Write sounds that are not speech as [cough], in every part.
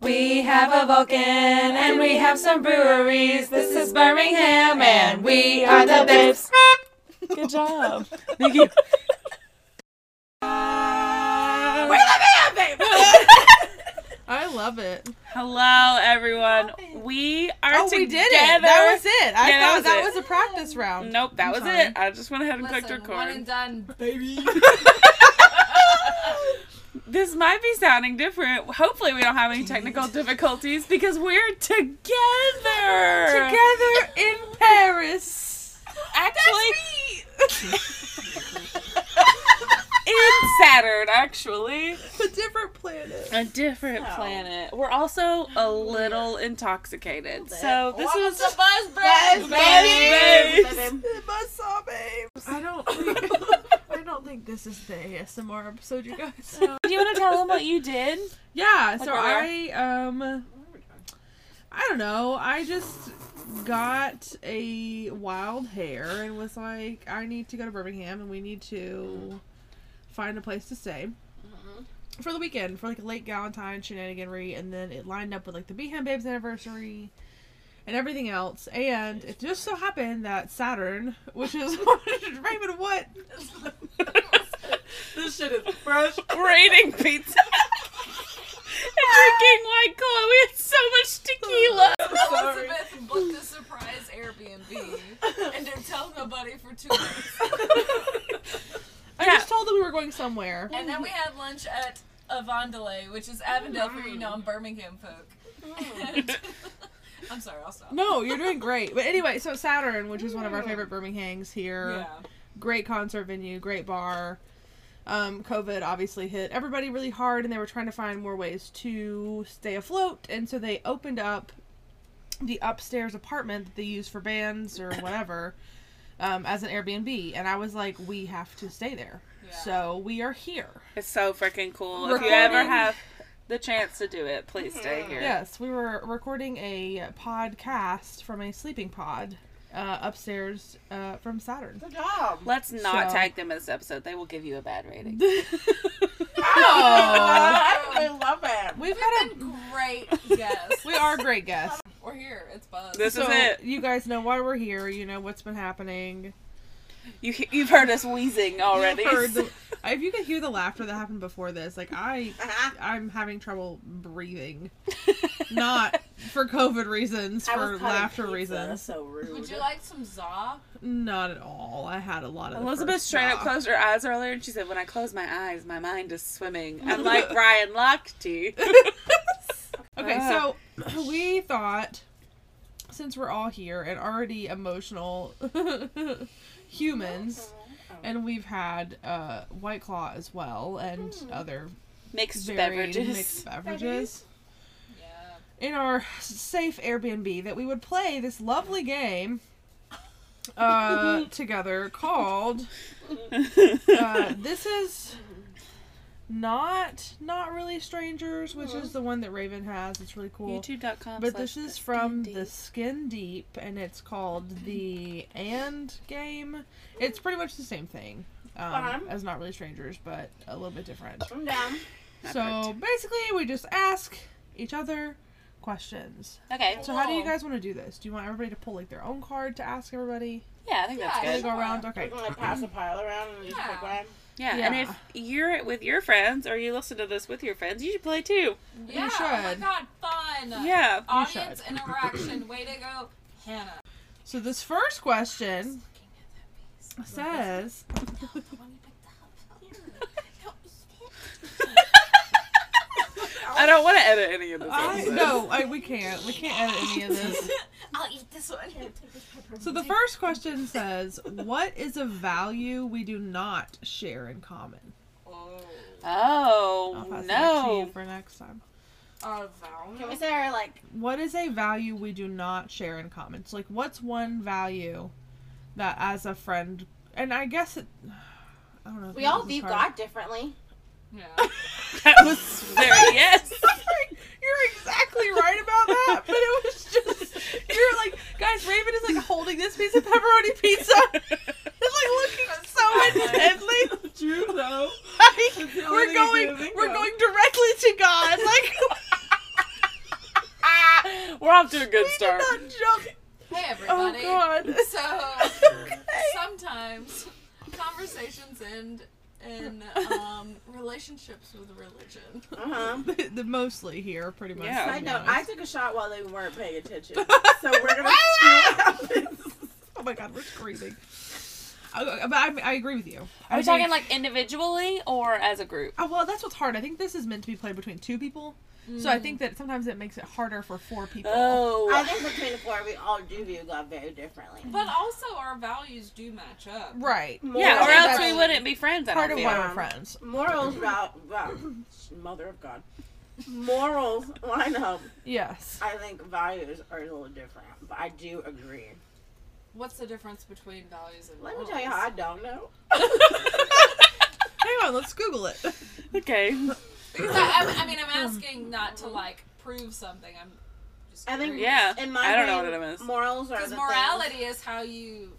We have a Vulcan and we have some breweries. This is Birmingham and we are the best. Good job. Thank you. We're the band, babe! I love it. Hello, everyone. We are Oh, together. we did it. That was it. I Yeah, that thought was that it. was a practice round. Nope, that I'm was sorry. it. I just went ahead and clicked Listen, one and record. done, baby. [laughs] This might be sounding different. Hopefully, we don't have any technical difficulties because we're together. Together in Paris. Actually, [laughs] in Saturn, actually. A different planet. A different planet. We're also a little intoxicated. So, this Welcome was. to Buzz Bros, Buzz baby. Buzz Babes. I [laughs] don't think, I don't think this is the ASMR episode, you guys. Do you want to tell them what you did? Yeah, so where I um I don't know. I just got a wild hair and was like, I need to go to Birmingham and we need to find a place to stay. Mm-hmm. For the weekend, for like a late Galentine shenaniganry, and then it lined up with like the Beeham Babes anniversary and everything else. And it just so happened that Saturn, which is [laughs] Raymond, what This shit is fresh. We're eating pizza and drinking White Claw. We had so much tequila. Elizabeth booked a surprise Airbnb and didn't tell nobody for two weeks. I Yeah. just told them we were going somewhere. And then we had lunch at Avondale, which is Avondale for you non Birmingham folk. [laughs] And- I'm sorry, I'll stop. No, you're doing great. But anyway, so Saturn, which is one of our favorite Birmingham's here, Yeah. great concert venue, great bar. Um, COVID obviously hit everybody really hard, and they were trying to find more ways to stay afloat, and so they opened up the upstairs apartment that they use for bands [coughs] or whatever um, as an Airbnb. And I was like, we have to stay there, Yeah. so we are here. It's so freaking cool. If you ever Recording. have the chance to do it, please stay here. Yes, we were recording a podcast from a sleeping pod uh, upstairs uh, from Saturn. Let's not So- tag them in this episode. They will give you a bad rating. Oh, I love it. we've had a We've been great guests. we are great guests. We're here. It's Buzz. This so is it. you guys know why we're here. You know what's been happening. You, he- you've heard us wheezing already. You [laughs] heard the, if you could hear the laughter that happened before this, like I, I'm having trouble breathing, not for COVID reasons, for laughter reasons. so rude. Would you like some za? Not at all. I had a lot of the Elizabeth first straight up straw. closed her eyes earlier and she said, When I close my eyes, my mind is swimming. I'm like Brian Lochte. Okay, Ah. so [clears throat] we thought since we're all here and already emotional [laughs] humans, and we've had uh, White Claw as well and other Mixed varied beverages. mixed beverages Yeah. in our safe Airbnb, that we would play this lovely game uh, together called [laughs] [laughs] uh, This Is. Not not really strangers, which is the one that Raven has. It's really cool. YouTube.com. But slash this is The Skin from the Deep. Mm-hmm. Skin Deep, and it's called the And Game. It's pretty much the same thing um, Uh-huh. Um. as Not Really Strangers, but a little bit different. Oh, I'm down. So basically, we just ask each other questions. Okay. So how do you Cool. guys want to do this? Do you want everybody to pull like their own card to ask everybody? Yeah, I think that's Yeah, good. Wanna sure. go around. We're Okay. gonna pass a pile around and just pick Yeah. one. Yeah, and Yeah. if you're with your friends or you listen to this with your friends, you should play too. Yeah. Oh my should. god, fun. Yeah. Audience should. interaction. Way to go, Hannah. So this first question says, I don't want to edit any of this. I, episode. "No, I, we can't. We can't edit any of this." I'll eat this one. So the first question says, "What is a value we do not share in common?" Oh, I'll Oh pass that to you no! for next time. our Can we vowel. say our like What is a value we do not share in common? So like, what's one value that as a friend, and I guess it, [sighs] I don't know. if we this all is view hard. God differently? Yeah. [laughs] That was very yes. [laughs] [laughs] You're exactly right about that, but it was just you're like, guys, Raven is like holding this piece of pepperoni pizza. It's like looking so intently. True though. Like, the only we're thing I going can think we're of. going directly to God. Like We're off to a good [laughs] We did start. not jump. Hey Oh everybody. god. [laughs] So okay. sometimes conversations end in [laughs] um, relationships with religion. Uh-huh. [laughs] The, the mostly here, pretty much. Yeah. to Side be note, I honest. took a shot while they weren't [laughs] paying attention. So we're gonna see what happens. Oh my god, we're screaming. Okay, But [laughs] I, I agree with you. Are I we talking think- like individually or as a group? Oh, well, that's what's hard. I think this is meant to be played between two people, so I think that sometimes it makes it harder for four people. Oh. I think between the four, we all do view God very differently. But also our values do match up. Right. yeah, Morals or else we about- wouldn't be friends. I Part don't of feel. why we're Yeah. friends. Morals about, about [coughs] mother of God. Morals line up. Yes. I think values are a little different, but I do agree. What's the difference between values and Let me morals? tell you how I don't know. Hang on, let's Google it. okay. [laughs] Because I, I'm- I mean, I'm asking not to like prove something. I'm just. Um, I think curious. Yeah, in my I don't know brain, what it is. Morals are Because the morality is how you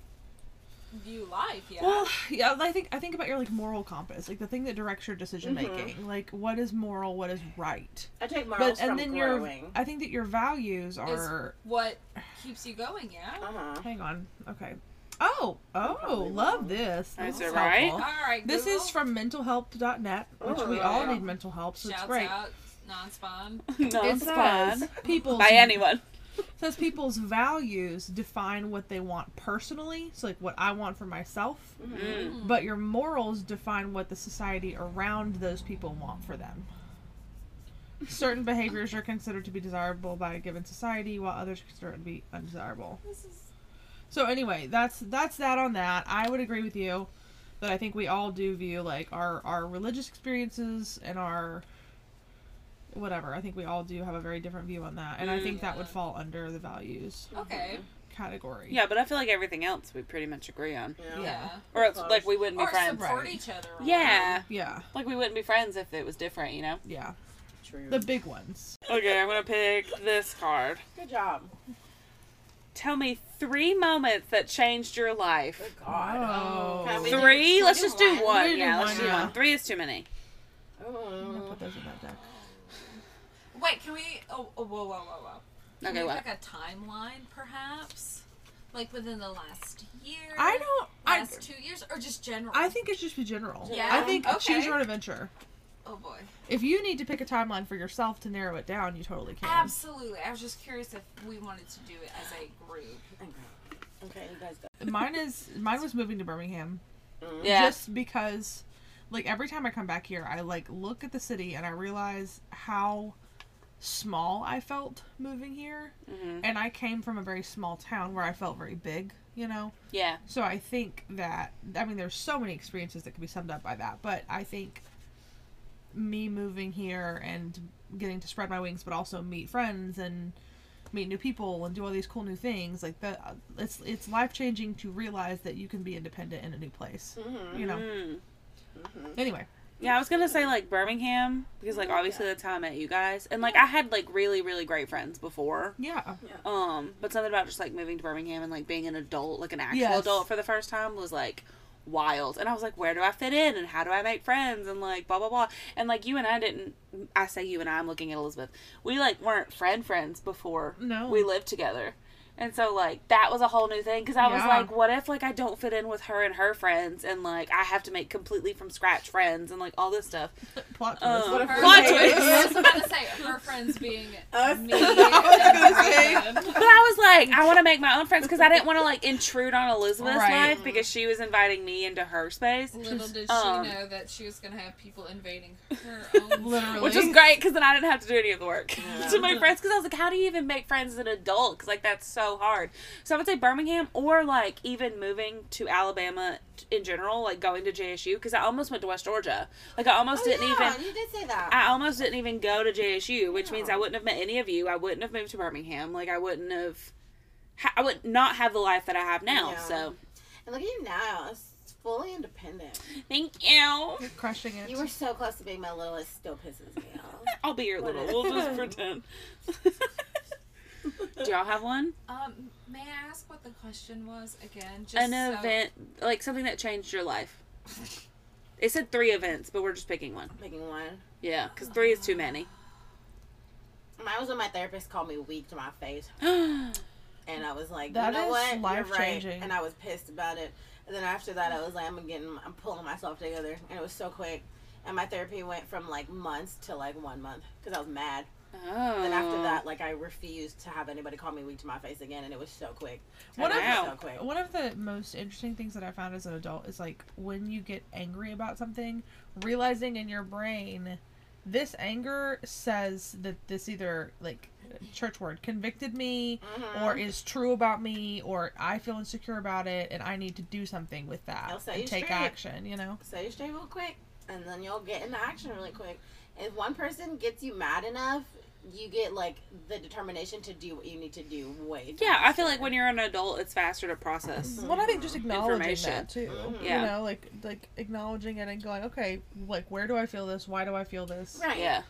view life. Yeah. Well, yeah, I think I think about your like moral compass, like the thing that directs your decision Mhm. making. Like what is moral, what is right. Things. I take morals But and from then your growing. I think that your values are what keeps you going? Yeah. Uh huh. Hang on. Okay. Oh, oh, Probably love wrong. this. Is This it is right? helpful. All um, right. This Google, is from mentalhelp.net, which we Oh, all yeah. need mental help, so Shouts it's great. out non-spawn. Mm-hmm. No, It it's fine. says people's By anyone. says people's values define what they want personally, so like what I want for myself, Mm. Mm-hmm. but your morals define what the society around those people want for them. [laughs] Certain behaviors are considered to be desirable by a given society, while others are considered to be undesirable. This is So anyway, that's that's that on that. I would agree with you that I think we all do view like our our religious experiences and our whatever. I think we all do have a very different view on that, and I think that would Yeah. fall under the values okay. category. Yeah, but I feel like everything else we pretty much agree on. You know? Yeah. Or it's like we wouldn't be Or friends. support Right. each other. on Yeah. Yeah, Like we wouldn't be friends if it was different, you know? yeah. True. The big ones. Okay, I'm gonna pick this card. Good job. Tell me three moments that changed your Good life. God. Oh. Can we do- Three? can Let's we just do do one? one. We do Yeah, let's one, do yeah. one. Three is too many. I'm gonna Oh. put those in that deck. that. Wait, can we? Oh, oh, whoa, whoa, whoa, whoa. Can Okay, we what? pick a timeline, perhaps, like within the last year. I don't. I, Last two years, or just general. I think it should be general. Yeah? I think choose Okay. your own adventure. Oh boy. If you need to pick a timeline for yourself to narrow it down, you totally can. Absolutely. I was just curious if we wanted to do it as a group. Okay, you guys go. Mine is mine was moving to Birmingham. Mm. Yeah. just because like every time i come back here i like look at the city and i realize how small i felt moving here hmm and i came from a very small town where i felt very big you know Yeah. so i think that i mean there's so many experiences that could be summed up by that but i think me moving here and getting to spread my wings but also meet friends and meet new people and do all these cool new things like that uh, it's it's life changing to realize that you can be independent in a new place Mhm. you know Mm. Mm-hmm. Anyway, Yeah, I was gonna say like Birmingham because like obviously that's how I met you guys, and like I had like really really great friends before. yeah. Um, but something about just like moving to Birmingham and like being an adult, like an actual Yes. adult for the first time was like wild. And I was like, where do I fit in and how do I make friends and like blah blah blah. And like you and I didn't I say you and I, I'm looking at Elizabeth. We like weren't friend friends before No. we lived together. And so like that was a whole new thing cuz I was Yeah. like what if like I don't fit in with her and her friends and like I have to make completely from scratch friends and like all this stuff. Plot Um, twist. Uh, What if Her plot friends- twist. I was about to say her friends [laughs] being Us. me. I and Brandon. But I was like, I want to make my own friends because I didn't want to like intrude on Elizabeth's Right. life because she was inviting me into her space, [laughs] Little did she Um, know that she was going to have people invading her own. Literally. which was great because then I didn't have to do any of the work [laughs] Yeah. to my friends. Because I was like, how do you even make friends as an adult? Because like that's so hard. So I would say Birmingham or like even moving to Alabama t- in general, like going to JSU because I almost went to West Georgia. Like I almost Oh, didn't yeah, even. You did say that. I almost didn't even go to JSU, which means Yeah. I wouldn't have met any of you. I wouldn't have moved to Birmingham. Like I wouldn't have, ha- I would not have the life that I have now. Yeah. So And look at you now. It's fully independent. thank you. You're crushing it. You were so close to being my little. It still pisses me off. I'll be your little. We'll just pretend. [laughs] Do y'all have one? Um, may I ask what the question was again? Just An so- event, like something that changed your life. It said three events, but we're just picking one. Picking one. Yeah, because three is too many. I was when my therapist called me weak to my face, and I was like, That you know is what, You're right. life-changing. and I was pissed about it. And then after that, I was like, I'm getting, I'm pulling myself together, and it was so quick. And my therapy went from like months to like one month because I was mad. Oh. And then after that, like I refused to have anybody call me weak to my face again, and it was so quick. What It was if- so quick. One of the most interesting things that I found as an adult is like when you get angry about something, realizing in your brain this anger says that this either like church word convicted me Mm-hmm. Mhm. or is true about me or I feel insecure about it and I need to do something with that I'll set and you take straight. action, you know. So you stay real quick, and then you'll get into action really quick. If one person gets you mad enough, you get like the determination to do what you need to do. Way. Yeah, I feel like when you're an adult, it's faster to process. Well, I think Mm-hmm. just acknowledging Information. that too. Yeah. You know, like like acknowledging it and going, okay, like where do I feel this? Why do I feel this? right. Yeah.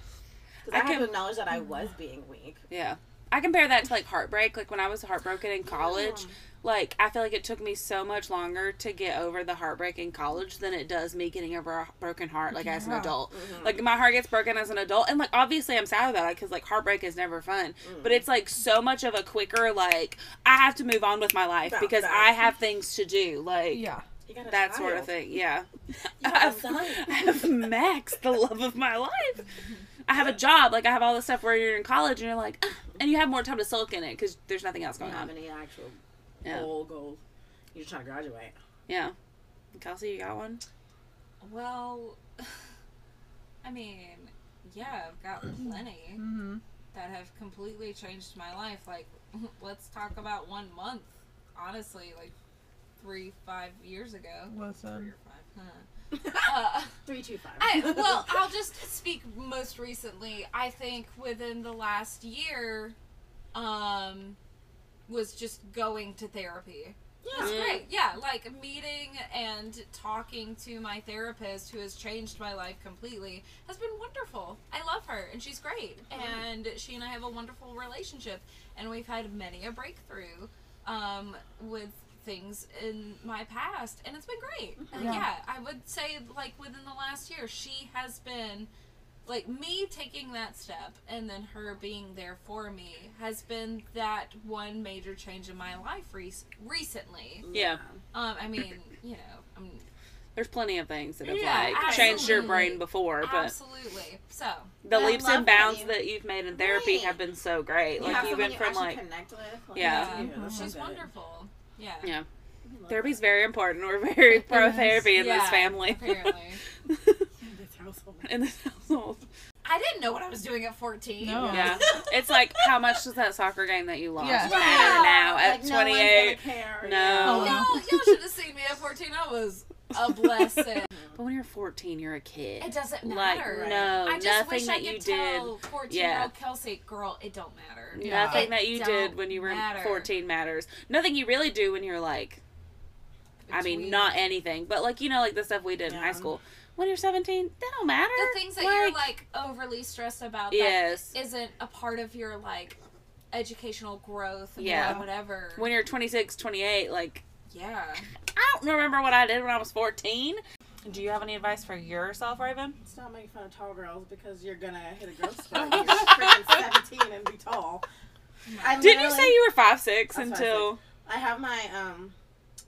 Because I, I had can- Mm-hmm. to acknowledge that I was being weak. Yeah. I compare that to like heartbreak. Like when I was heartbroken in college, Yeah. like I feel like it took me so much longer to get over the heartbreak in college than it does me getting over a broken heart like as an Yeah. adult. Mhm. Like my heart gets broken as an adult and like obviously I'm sad about it cuz like heartbreak is never fun, Mm. but it's like so much of a quicker like I have to move on with my life About because that. I have things to do. Like Yeah. You got a that sort child. of thing. Yeah. You got a I've, [laughs] son. I've maxed the love of my life. I have a job. Like, I have all this stuff where you're in college and you're like, "Ah," and you have more time to sulk in it because there's nothing else You going don't have on. any actual Yeah. goal goals. You're just trying to graduate. Yeah. Kelsey, you got one? Well, [laughs] I mean, yeah, I've got plenty Mm-hmm. that have completely changed my life. Like, [laughs] let's talk about one month. Honestly, like three, five years ago. Three Listen. or five, huh? uh, [laughs] Three, two, five. I, [laughs] well, I'll just speak most recently. I think within the last year, um, was just going to therapy. yeah. That's great. Yeah, like meeting and talking to my therapist, who has changed my life completely, has been wonderful. I love her, and she's great. And she and I have a wonderful relationship, and we've had many a breakthrough um, with things in my past, and it's been great. And Yeah. yeah, I would say like within the last year, she has been like me taking that step and then her being there for me has been that one major change in my life rec recently. Yeah. Um, I mean, you know, I'm, There's plenty of things that have, Yeah, like, changed your absolutely. brain before, but absolutely. So the I leaps love and bounds that you- that you've made in therapy Right. have been so great. You Like, have you someone went you from, actually like, connect with. Like, Yeah. that's good. um, she's That's good. wonderful. Yeah. Yeah. I [laughs] love therapy's very important. We're very pro is. therapy in this Yeah, family. apparently. that. This household. [laughs] in this household. I didn't know what I was doing at 14. No. Yeah. It's like how much does that soccer game that you lost Yeah. matter now Like, at no one's gonna 28? care. No. Y'all, y'all should have seen me at 14. I was a [laughs] blessing. But when you're 14, you're a kid. It doesn't Like, matter. no, I just wish nothing that I you could did. tell 14 year Yeah. old Kelsey, girl, it don't matter. Yeah. Nothing It that you don't did when you were matter. 14 matters. Nothing you really do when you're like, I mean, Between- not anything, but like, you know, like the stuff we did in Yeah. high school. When you're 17, that don't matter. the things that you're like overly stressed about Yes. that isn't a part of your like educational growth and Yeah. whatever. When you're 26, 28, like, yeah. I don't remember what I did when I was 14. Do you have any advice for yourself, Raven? Stop making fun of tall girls because you're gonna hit [laughs] a growth spurt. when You're freaking 17 and be tall. Oh, I Didn't you literally- say you were five six I'm until. I have my um,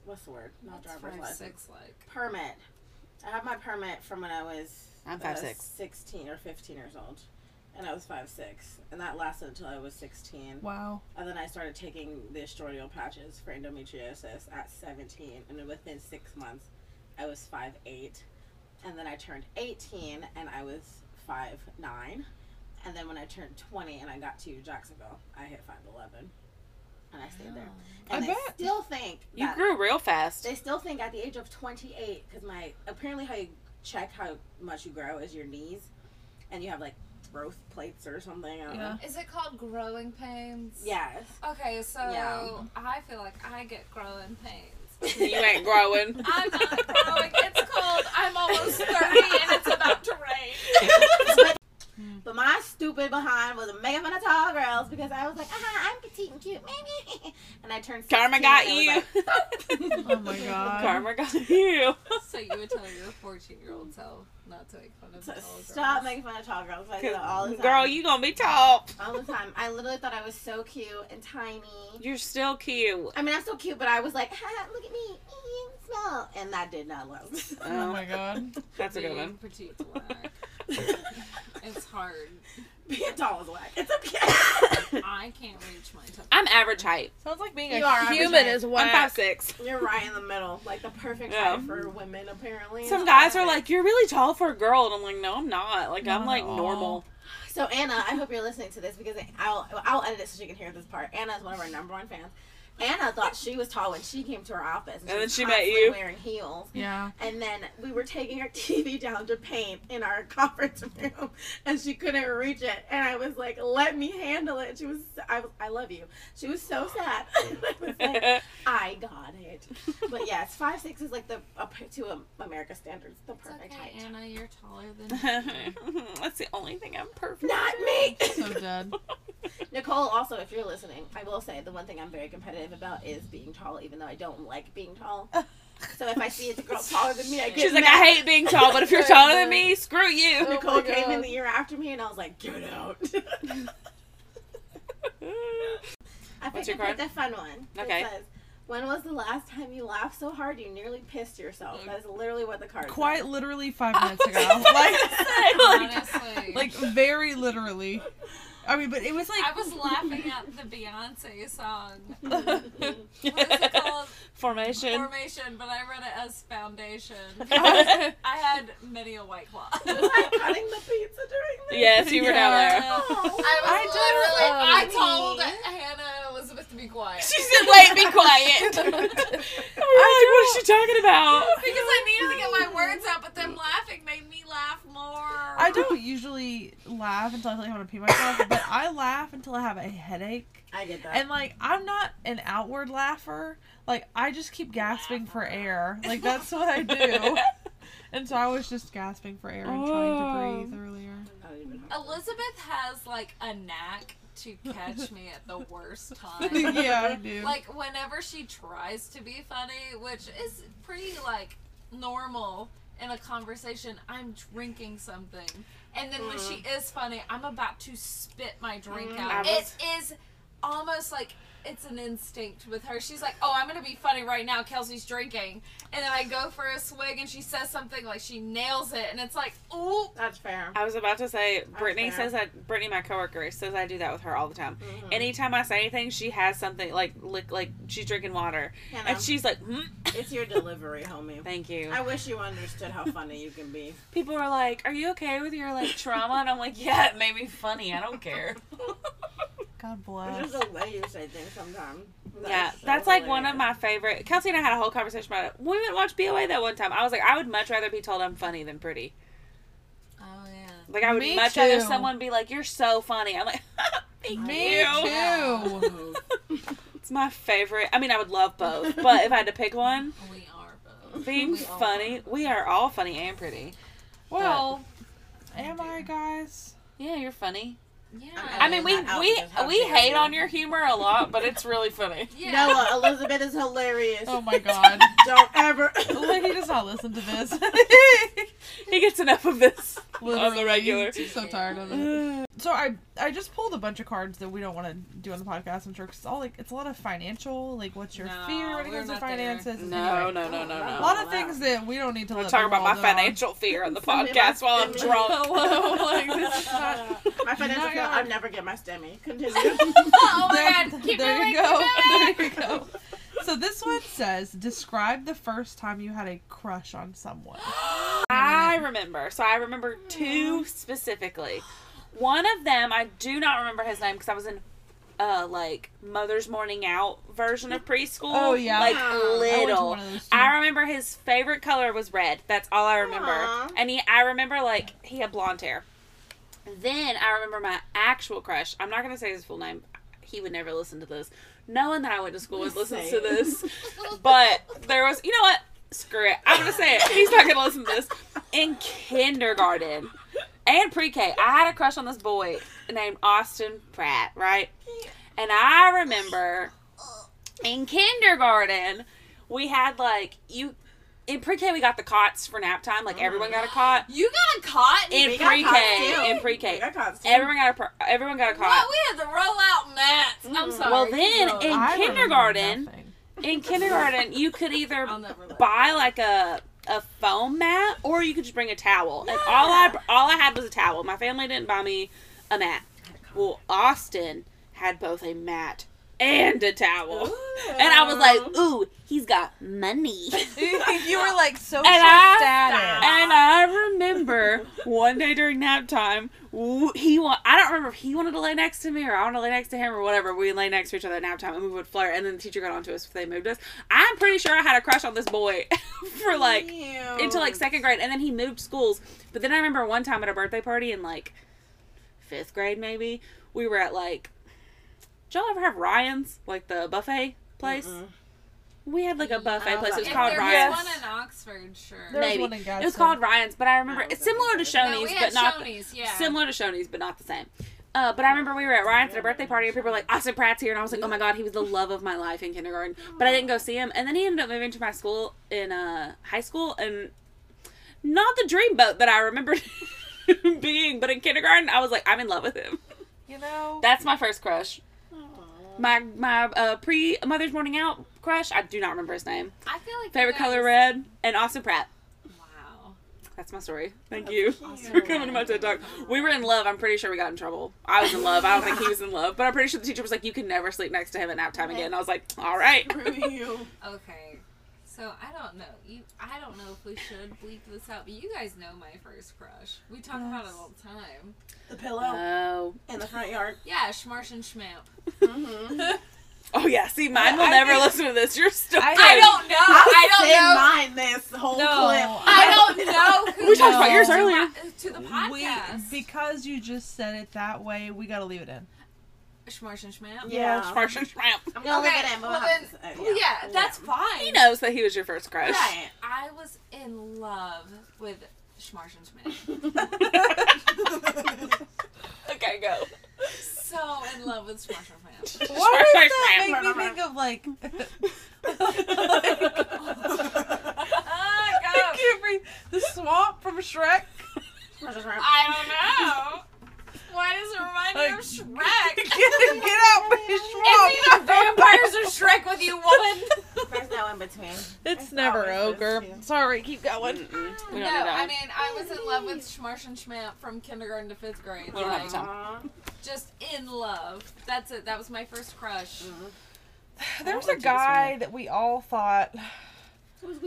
what's the word? Not That's driver's five, license. six, like. Permit. I have my permit from when I was I'm five uh, six. 16 or 15 years old, and I was five six, and that lasted until I was 16. Wow. And then I started taking the estradiol patches for endometriosis at 17, and then within six months, I was five eight, and then I turned 18, and I was five nine, and then when I turned 20 and I got to Jacksonville, I hit five eleven, and I stayed there. I Oh. And they bet. still think You that- grew real fast. [laughs] They still think at the age of 28, because my apparently how you check how much you grow is your knees, and you have like growth plates or something. I don't know. Is it called growing pains? Yes. Okay, so Yeah. I feel like I get growing pains. You ain't [laughs] growing. [laughs] I'm not growing. It's cold. I'm almost 30 and it's about to rain. But my stupid behind was making fun of tall girls because I was like, ah, I'm petite and cute, maybe. [laughs] And I turned. 16 Karma and got I was you. like, [laughs] Oh my god. Karma got you. So you would tell your 14 year old self, not to make fun of So the tall stop girls. making fun of tall girls. I do it all the time. Girl, you gonna be tall. all the time. I literally thought I was so cute and tiny. You're still cute. I mean, I'm so cute, but I was like, ha, look at me, eee, smell, and that did not look. Oh Oh. my god. That's a good Being one. Petite black. it's hard. [laughs] Being tall is whack. It's okay. I can't reach my top. [laughs] I'm average height. Sounds like being You a are human average. is I'm five whack. six. You're right in the middle, like the perfect Yeah. height for women, apparently. Some guys are like, "You're really tall for a girl," and I'm like, "No, I'm not. Like, Not I'm like at all. normal." So Anna, I hope you're listening to this because I'll I'll edit it so she can hear this part. Anna is one of our number one fans. Anna thought she was tall when she came to our office, And then was she met constantly you. wearing heels. Yeah. And then we were taking her [laughs] TV down to paint in our [laughs] conference room, and she couldn't reach it. And I was like, "Let me handle it." She was, I, was- I love you. She was so sad. [laughs] I was like, [laughs] I got it. But yes, five six is like the up to um, America standards, the It's perfect okay, height. Anna. You're taller [laughs] than me. That's the only thing I'm perfect. [laughs] Not me. [laughs] So dead. Nicole, also, if you're listening, I will say the one thing I'm very competitive about is being tall, even though I don't like being tall. So if I see it's a girl taller than me, I get She's like, "Oh mad. I hate being tall, but if you're taller than me, screw you. Nicole my came in God. the year after me, and I was like, get out. [laughs] [laughs] I What's picked, your I picked card? a fun one. that Okay. says, when was the last time you laughed so hard you nearly pissed yourself? Mm. That is literally what the card. Quite says. literally five [laughs] minutes ago. Like, Honestly, like very literally. I mean, but it was like I was laughing at the Beyonce song. What is it called? Formation. Formation, but I read it as Foundation. [laughs] yes, [laughs] I had many a white claw. Was I [laughs] cutting the pizza during this? you were Yeah. down there. [laughs] I [laughs] Oh. was I literally. just- I told Hannah and Elizabeth to be quiet. She said, "Wait, be quiet." [laughs] I'm like, what is she talking about? [laughs] [laughs] because I needed to get my words out, but them laughing made me laugh more. I don't usually laugh until I feel like I'm gonna pee myself, but I laugh until I have a headache. I get that. And like I'm not an outward laugher. Like I just keep gasping for air. Like that's what [laughs] I do. and so I was just gasping for air and trying to breathe earlier. I don't even know. Elizabeth has like a knack to catch me at the worst time. [laughs] yeah, I do. like whenever she tries to be funny, which is pretty like normal in a conversation, I'm drinking something. And then when she is funny, I'm about to spit my drink Mm. out. Mm-hmm. I It was- is almost like it's an instinct with her. She's like, "Oh, I'm going to be funny right now. Kelsey's drinking." And then I go for a swig and she says something like she nails it and it's like, "Ooh, That's fair. I was about to say, Brittany fair. says that Brittany, my coworker, says I do that with her all the time. Mhm. Anytime I say anything, she has something like lick, like she's drinking water, Hannah, and she's like, mm. it's your delivery, [laughs] homie. "Thank you." I wish you understood how funny you can be. People are like, "Are you okay with your like trauma?" And I'm like, "Yeah, it made me funny. I don't [laughs] care." God It's bless. just the way you say things sometimes. That Uh, yeah, is so that's like one of hilarious. my favorite. Kelsey and I had a whole conversation about it. We went and watched BOA that one time. I was like, I would much rather be told I'm funny than pretty. oh yeah." Like, I would Me much rather too. someone be like, "You're so funny." I'm like, [laughs] "Thank Me you." too. It's my favorite. I mean, I would love both, but if I had to pick one, We are both. being [laughs] We all funny, we are all funny and pretty. Well, am I, guys? Yeah, you're funny. Yeah. I mean, we Not out we because how we dare hate you. on your humor a lot, but it's really [laughs] funny. [laughs] yeah. Noah, Elizabeth is hilarious. Oh my god. [laughs] Don't [laughs] ever. Oh Look, he does not listen to this. he gets enough of this on Literally, the [laughs] [laughs] regular. I'm so tired of [sighs] it. So I I just pulled a bunch of cards that we don't want to do on the podcast. I'm sure 'cause it's all like it's a lot of financial. Like, what's your No, fear when it we're comes to not there. finances? No, no, no, no, A no. lot of Wow. things that we don't need to I'm let talking the about my world know. financial fear on the [laughs] Send me my- podcast while I'm send me [laughs] my- drunk. Like, this is not- [laughs] my financial Not feel, yours. I never get my STEMI. [laughs] Continue. oh my There, [laughs] god. Keep there moving, you go. keep moving. [laughs] There you go. So this one says, describe the first time you had a crush on someone. I remember. So I remember two specifically. One of them, I do not remember his name because I was in uh like mother's morning out version of preschool. Oh, yeah. like I went to I went to little. one of those I too. remember his favorite color was red. That's all I remember. Aw. And he, I remember like he had blonde hair. Then I remember my actual crush. I'm not gonna say his full name. He would never listen to this. No one that I went to school with listens to Same. [laughs] this. But there was, you know what? Screw it. I'm gonna say it. He's not gonna listen to this. In kindergarten and pre-K, I had a crush on this boy named Austin Pratt, right? And I remember in kindergarten, we had like you in pre-K we got the cots for nap time. Like everyone got a cot You got caught. in We got cots, pre-K. too. In pre-K, We got cots, too. everyone got a pro- everyone got a Well, cot. we had to roll out mats. I'm sorry. Well, then in [laughs] Keep going. I remember kindergarten- nothing. In kindergarten, you could either I'll never let buy like a a foam mat or you could just bring a towel. And all I Yeah. all I had was a towel. My family didn't buy me a mat. Well, Austin had both a mat and a towel. And I was like, ooh, he's got money. [laughs] you were like social And I- status. And I remember one day during nap time, w- he wa- I don't remember if he wanted to lay next to me or I wanted to lay next to him or whatever. We lay next to each other at nap time and we would flirt. And then the teacher got onto us if they moved us. I'm pretty sure I had a crush on this boy [laughs] for like into like second grade, and then he moved schools. But then I remember one time at a birthday party in like fifth grade, maybe we were at like. Did y'all ever have Ryan's like the buffet place? Mm-mm. We had like a buffet I place. It love was If called there Ryan's. was one in Oxford, sure. There maybe. was one in It was Gadsden. called Ryan's, but I remember No, it's that similar to was- no, we Shoney's, but had not Shoney's, yeah. similar to Shoney's, but not the same. Uh, but I remember we were at Ryan's at a birthday party, and people were like, "Austin Pratt's here," and I was like, "Oh my god, he was the love of my life in [laughs] kindergarten." But I didn't go see him, and then he ended up moving to my school in uh, high school, and not the dream boat that I remembered [laughs] him being, but in kindergarten, I was like, "I'm in love with him." you know, That's my first crush. Aw. My my uh, pre Mother's Morning Out crush. I do not remember his name. I feel like you Favorite color guys- red, and Austin Pratt. Wow. That's my story. Thank That's you [laughs] cute. for coming to my TED Talk. We were in love. I'm pretty sure we got in trouble. I was in love. I don't think he was in love, but I'm pretty sure the teacher was like, "You can never sleep next to him at nap time again." And I was like, [laughs] "All right." Screw you. Okay. So I don't know. You I don't know if we should bleep this out, but you guys know my first crush. We talk about it all the time. The pillow Oh, in the [laughs] front yard. Yeah, Schmarsh and Schmamp. Mm-hmm. oh yeah. See, mine will I never think- listen to this. You're still. I I don't know. I [laughs] don't Didn't know. mind this whole No. clip. I [laughs] don't know. [laughs] Who We talked about yours knows to earlier. my- To the We, podcast. because you just said it that way, we gotta leave it in. Schmarsh and Schmamp. Yeah. Smash and shrimp. I'm gonna Oh, Okay, look at him. well then- Uh, Well, yeah, [laughs] that's fine. He knows that he was your first crush. Right. I was in love with Schmarsh and Schmamp. [laughs] [laughs] Okay, go. so in love with Smash Mouth. Smash Why and does that shrimp. make me think of like? [laughs] uh, Ah, I gosh. can't breathe. The swamp from [laughs] Shrek. I don't know. Why does it remind me Like- of Shrek? [laughs] Get, get out, Miss It's either Swamp. vampires or Shrek with you, [laughs] [laughs] woman. There's no in between. It's never always this, ogre. yeah. Sorry, keep going. Mm-mm. We don't need No, that. I one. mean I was in love with Schmarsh and Schmamp from kindergarten to fifth grade. We don't have Like, time. Uh-huh. just in love. That's it. That was my first crush. There was I'll a do this guy one. that we all thought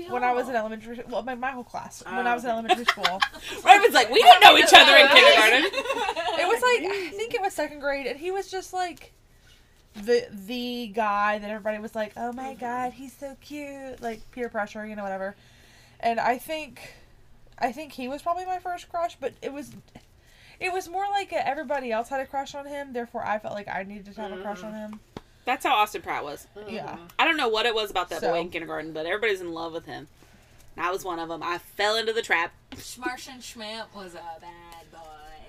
when I was in an elementary. Well, my, my whole class. When I was in Oh. elementary school, Raven's like, we don't know each other in kindergarten. it was like I think it was second grade, and he was just like the the guy that everybody was like, "Oh my god, he's so cute!" Like peer pressure, you know, whatever. And I think, I think he was probably my first crush, but it was, it was more like a, everybody else had a crush on him. Therefore, I felt like I needed to have a crush on him. That's how Austin Pratt was. Yeah. I don't know what it was about that So- boy in kindergarten, but everybody's in love with him. And I was one of them. I fell into the trap. Schmarsh and Schmamp was a bad boy.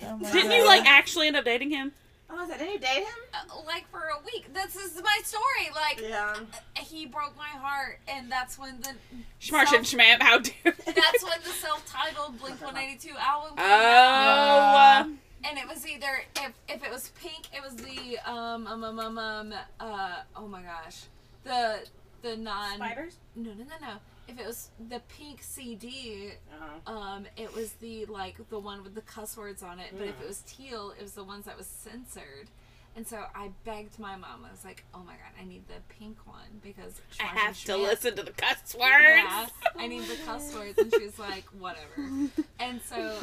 Oh my Didn't God. you like actually end up dating him? Oh, was that? Did you date him? Uh, like for a week. This is my story. Like Yeah. he broke my heart and that's when the Schmarsh and Schmamp, how [laughs] dare That's when the self-titled Blink 182 album [laughs] Oh, came out, uh, and it was either if if it was pink, it was the um um um um, um uh oh my gosh, the the non Spiders? no no no no. If it was the pink CD, Uh, Uh-huh. um, it was the like the one with the cuss words on it. But if it Mm. was teal, it was the ones that was censored. And so I begged my mom. I was like, "Oh my god, I need the pink one because I Schwarzenegger- have to listen to the cuss words. yeah, I need the cuss words. And she was like, [laughs] whatever. And so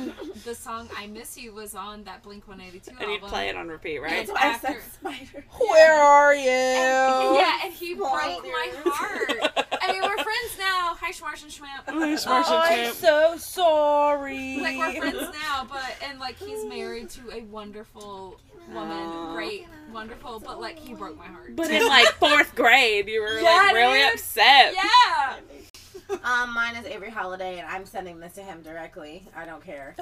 the song I Miss You was on that Blink 182 And album. you'd play it on repeat, right? It's that's why I said [laughs] after- spider. Where are you? And, [laughs] yeah, and he broke Spoilers. my heart. [laughs] I mean, we're friends now. Hi, Schmarsh and Schmamp. Schmarsh and Uh, I'm Champ. so sorry. Like, we're [laughs] friends now, but, and like, he's married to a wonderful woman. Aw. Great, wonderful, but like, he broke my heart. But in like fourth grade, you were Yeah, like really dude. upset. yeah. Um, mine is Avery Holiday, and I'm sending this to him directly. I [laughs] don't care.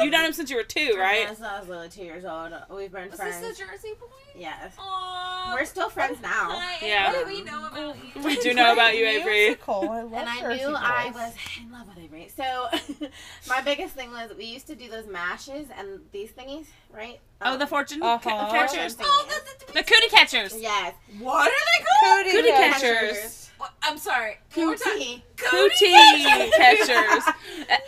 You've known him since you were two, right? Yes, I was literally two years old. We've been Was friends. this the Jersey boy? yes. Aww. Um, We're still friends now. Hi, Yeah. What do we know about you? We [laughs] do know about you, Avery. Musical. I love And I Jersey knew I Girls. was in love with Avery. So [laughs] my biggest thing was we used to do those mashes and these thingies, right? Um, Oh, the four fortune Uh-huh. ca- catchers. catchers. Oh, the, the, The cootie catchers. Yes. what are they Cootie, Cootie yeah. catcher. Catchers. called? I'm sorry. One more time. Cootie. [laughs] Cootie catchers. Uh,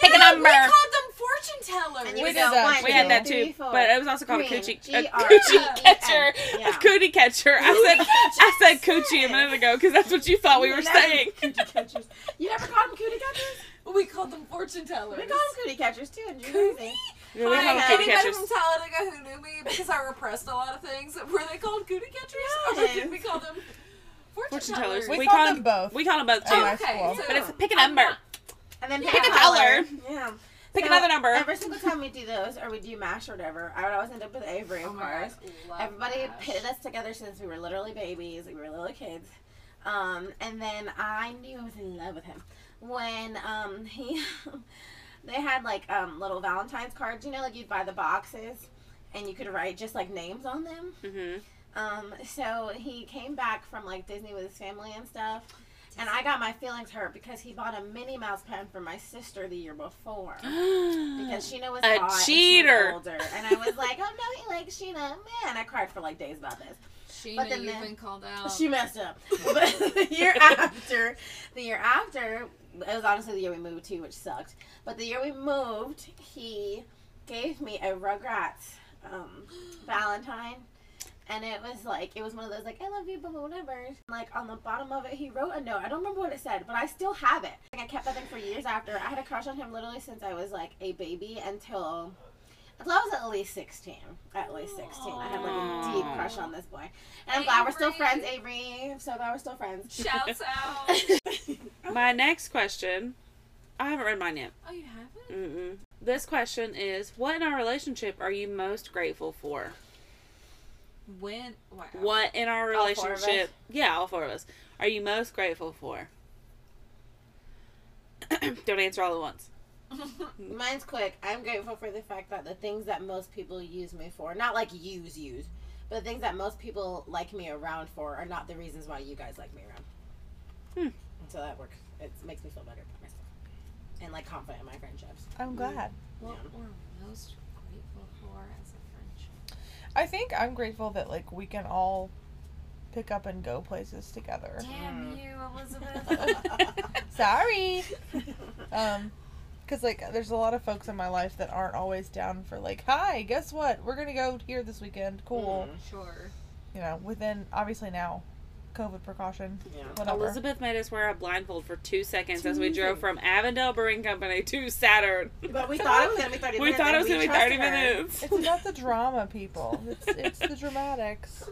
Pick a No, number. We called them fortune tellers. And you We would did go that one, too. We had that two, too, three, four. but um, it was also called a Green. coochie, a E G-R-E-E-N. coochie catcher, [laughs] Yeah. a cootie catcher. I said, [laughs] I said coochie a Yes. minute ago because that's what you thought we You were never- saying. Coochie catchers. You never called them cootie catchers? we called them fortune We tellers. called them cootie catchers too in New Cootie? Jersey. Yeah, we Hi, call them Hi, cootie anybody catchers. from Talladega who knew me because I repressed a lot of things. [laughs] Were they called cootie catchers? Or Yes. did we call them fortune, Fortune tellers. We, We call call them it- both. We call them both too. Oh, Oh, my okay. school. So But it's pick a I'm number. not- And then Pick a color. Yeah. Pick So, another number. Every single time we do those or we do mash or whatever, I would always end up with Avery, of Oh my course. gosh, love Everybody Mash. pitted us together since we were literally babies. We were little kids. Um, and then I knew I was in love with him when um, he [laughs] they had like um, little Valentine's cards. You know, like you'd buy the boxes and you could write just like names on them. Mm-hmm. Um, so he came back from like Disney with his family and stuff. And I got my feelings hurt because he bought a Minnie Mouse pen for my sister the year before [gasps] because Sheena was A hot and she was cheater. older, and I was like, "Oh no, he likes Sheena." Man, I cried for like days about this. Sheena, But then you've the- been [laughs] called out. She messed up. But the year after, the year after, it was honestly the year we moved to, which sucked. But the year we moved, he gave me a Rugrats um, Valentine. And it was like, it was one of those, like, I love you, blah, blah, whatever. Like, on the bottom of it, he wrote a note. I don't remember what it said, but I still have it. Like, I kept that thing for years after. I had a crush on him literally since I was, like, a baby until, until I was at least 16. At least 16. I had, like, a deep Aww. crush on this boy. And I'm glad we're still Avery. friends, Avery. I'm so glad we're still friends. [laughs] Shouts out. My next question. I haven't read mine yet. oh, you haven't? Mm-mm. This question is: What in our relationship are you most grateful for? When? Wow. What in our All four of us? relationship? Yeah, all four of us. Are you most grateful for? [clears throat] Don't answer all at [laughs] once. Mine's quick. I'm grateful for the fact that the things that most people use me for, not like use, use, but the things that most people like me around for are not the reasons why you guys like me around. Hmm. So that works. It makes me feel better about myself and like confident in my friendships. I'm [laughs] glad. What we're most grateful for as a friendship. I think I'm grateful that like we can all pick up and go places together. Damn Mm. you, [laughs] Elizabeth. Sorry. Um, because like there's a lot of folks in my life that aren't always down for like, hi, guess what? We're gonna go here this weekend. Cool. sure. You know, within obviously now, COVID precaution, Yeah. whatever. Elizabeth made us wear a blindfold for two seconds as we drove from Avondale Brewing Company to Saturn. But we thought it was gonna be thirty. We minutes, thought it and was we going to be 30 trusted her. minutes. It's about the drama, people. It's it's the [laughs] dramatics.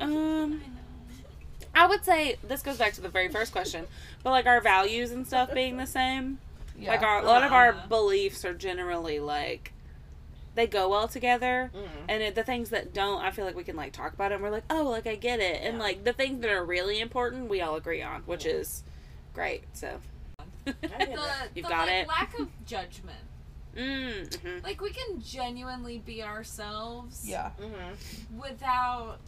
Um, I would say this goes back to the very first question, but like our values and stuff being the same. Yeah. Like our, a lot of our Uh-huh. beliefs are generally like they go well together. Mhm. And it, the things that don't, I feel like we can like talk about it. And we're like, oh, like I get it. And Yeah. like the things that are really important, we all agree on, which is great. So. [laughs] I The, get it. You've the, got like, it. lack of [laughs] judgment. Mm, mhm. Like, we can genuinely be ourselves. Yeah. Mhm. without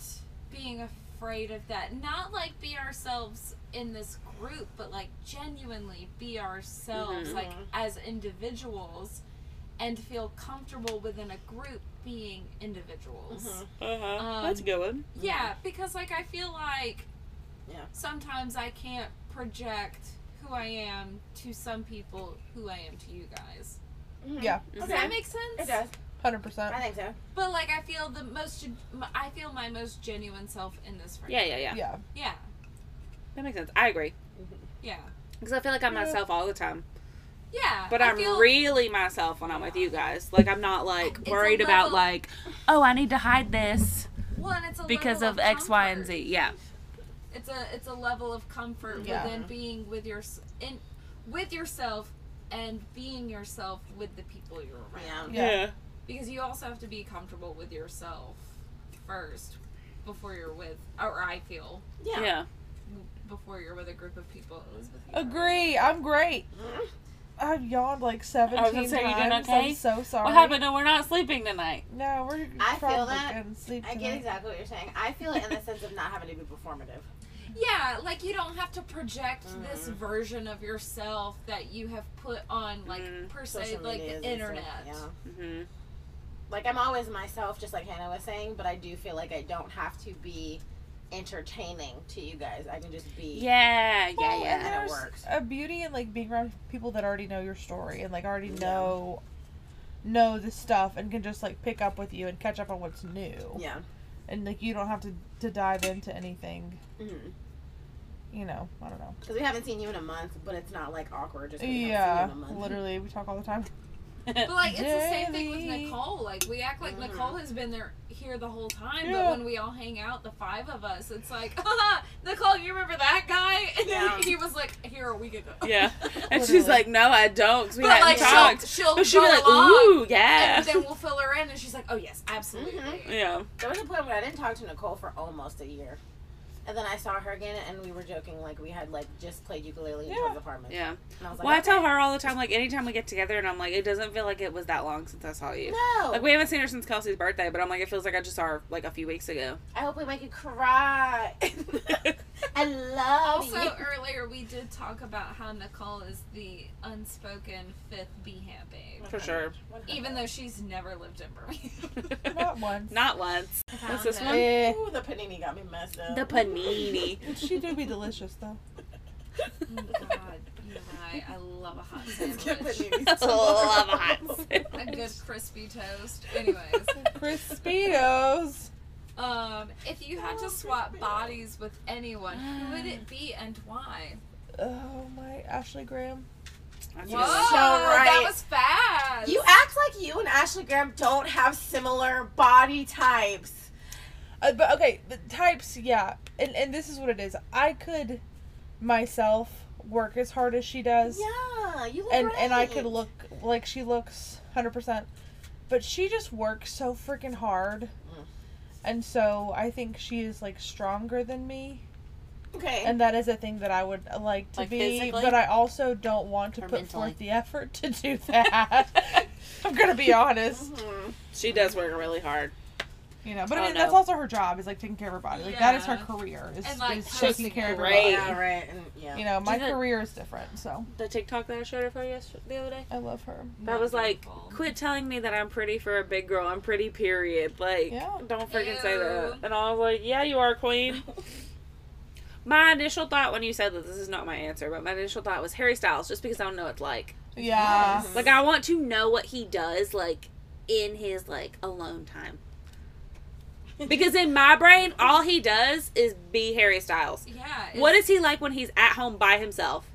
being afraid of that. Not like be ourselves in this group, but like genuinely be ourselves, Mhm. Mm-hmm. like as individuals, and feel comfortable within a group being individuals. Mhm. Uh-huh. Um, That's a good one. Yeah, because like I feel like Mm-hmm. Yeah. sometimes I can't project who I am to some people who I am to you guys. Mhm. Yeah. Does Okay. Mm-hmm. that make sense? It does. Hundred percent. I think so. But like I feel the most I feel my most genuine self in this friendship. Yeah, yeah, yeah. Yeah. Yeah. That makes sense. I agree. Yeah. Because I feel like I'm Yeah. myself all the time. Yeah. But I I'm feel- really myself when I'm with you guys. Like I'm not like It's a worried about level- like, oh, I need to hide this Well, and it's a because level of X, Y, and comfort. Z. Yeah. It's a it's a level of comfort Yeah. within being with your in with yourself and being yourself with the people you're around. Yeah. Yeah. Because you also have to be comfortable with yourself first before you're with or I feel Yeah. Yeah. before you're with a group of people. Elizabeth, you are- Agree. I'm great. Mhm. I've yawned like seventeen I was gonna say, you doing times. okay? I'm so sorry. What happened? No, we're not sleeping tonight. No, we're I feel probably that. gonna sleep I tonight. get exactly what you're saying. I feel it in the sense of not having to be performative. Yeah, like you don't have to project Mm-hmm. this Mhm. version of yourself that you have put on like Mm-hmm. Mhm. per se like media the is insane, internet. yeah. Mm-hmm. Like I'm always myself, just like Hannah was saying, but I do feel like I don't have to be entertaining to you guys. I can just be. Yeah, yeah, Well, yeah. and it there's works. a beauty in like being around people that already know your story and like already Yeah. know know the stuff and can just like pick up with you and catch up on what's new Yeah. and like you don't have to to dive into anything Because you know i don't know Mm-hmm. we haven't seen you in a month, but it's not like awkward. Just 'cause we yeah Haven't seen you in a month. literally we talk all [laughs] the time But like it's the same thing with Jelly. Nicole. Like we act like Mhm. Nicole has been there here the whole time, Yeah. but when we all hang out, the five of us, it's like, [laughs] ah, Nicole, you remember that guy? [laughs] And then Yeah. he was like here a week ago. [laughs] Yeah. And she's Literally. like, no, I don't. 'cause we But hadn't like talked. she'll she'll But she'll go be like, along, ooh, yeah. Mm-hmm. and then [laughs] we'll fill her in, and she's like, oh yes, absolutely. [laughs] Mhm. yeah. There was a point where I didn't talk to Nicole for almost a year. And then I saw her again, and we were joking like we had like just played ukulele in Yeah. Joe's apartment. Yeah. And I was like, Well, I okay. tell her all the time, like, anytime we get together, and I'm like, it doesn't feel like it was that long since I saw you. No. Like, we haven't seen her since Kelsey's birthday, but I'm like, it feels like I just saw her, like, a few weeks [laughs] ago. [laughs] I hope we make you cry. [laughs] I love Also, you. [laughs] earlier we did talk about how Nicole is the unspoken fifth Behan babe, For sure. even though she's never lived in Birmingham. not once Not once. [laughs] What's this Found one? it. Eh, Ooh, the panini got me messed up. The [laughs] panini. she do be delicious [laughs] though Oh Mm, God, you and I, I love [laughs] a hot Let's get sandwich. paninis tomorrow. Love a [laughs] hot [laughs] sandwich. A good crispy toast. Anyways, crispitos um, if you had to swap bodies with anyone, who would it be and why? oh my ashley graham That's Whoa, a good one. that right. was fast. You act like you and Ashley Graham don't have similar body types. Uh, but okay, the types, yeah. And and this is what it is. I could myself work as hard as she does. Yeah, you look And and I great. could look like she looks 100%. But she just works so freaking hard. Mm. And so I think she is like stronger than me, okay. and that is a thing that I would like to Like, be. physically? But I also don't want to Or put mentally? forth the effort to do [laughs] that. I'm gonna be [laughs] honest, Mhm. She does work really hard. you know. But I Oh, mean, no. that's also her job is like taking care of her body. Like that is her Yeah. career is, And, like, is posting taking care of her great. body. Yeah, right. And, yeah. you know my She's a- career is different so The TikTok that I showed her for yesterday, the other day. i love her That was like, Wonderful. quit telling me that I'm pretty for a big girl. I'm pretty, period. Like, Yeah. don't freaking say Ew. that. And I was like, yeah, you are, [laughs] queen. my initial thought when you said that, this is not my answer, but my initial thought was Harry Styles, just because I don't know it's like. yeah Yes. Like, I want to know what he does, like, in his, like, alone [laughs] time. Because in my brain, all he does is be Harry Styles. Yeah. What is he like when he's at home by himself?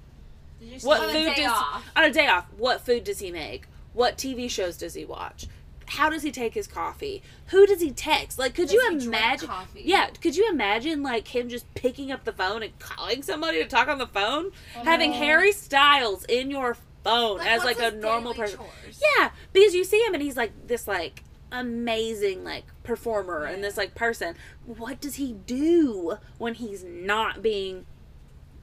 Did you What on a see- food day does off. on a day off? What food does he make? What TV shows does he watch? How does he take his coffee? Who does he text? Like, could Does you he drink imagine? coffee? Yeah, could you imagine like him just picking up the phone and calling somebody to talk on the phone? Having no. Harry Styles in your phone as Oh, what's like a his normal daily person. chores? Yeah, because you see him and he's like this like amazing like performer and this like person. What does he do when he's not being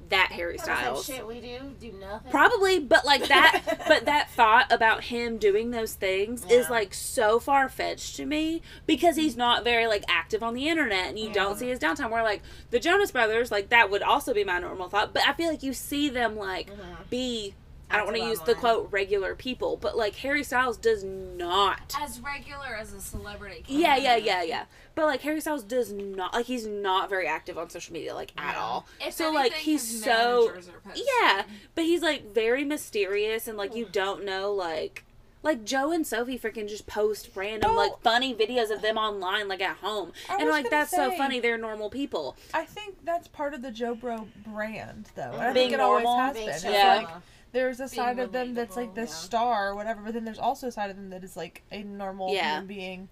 that Harry What is that Styles? Shit, we do do nothing. Probably, but like that, but that thought about him doing those things is Yeah. like so far fetched to me because he's not very like active on the internet and you don't see his downtime. Where like the Jonas Brothers, like that would also be my normal thought, but I feel like you see them like Mhm. be. I don't want to Active use the online. quote regular people, but like Harry Styles does not. As regular as a celebrity. Can Yeah, yeah, yeah, yeah. But like Harry Styles does not like he's not very active on social media like at Yeah. all. If so like anything, he's his so managers are posting. yeah, but he's like very mysterious and like you don't know like like Joe and Sophie freaking just post random Well- like funny videos of them online like at home. I and was like gonna that's so say- funny. They're normal people. i think that's part of the joe bro brand though and i Being think it normal. always has Being been It's so Yeah. like normal. there's a side of them that's relatable, like the yeah. star or whatever but then there's also a side of them that is like a normal Yeah. human being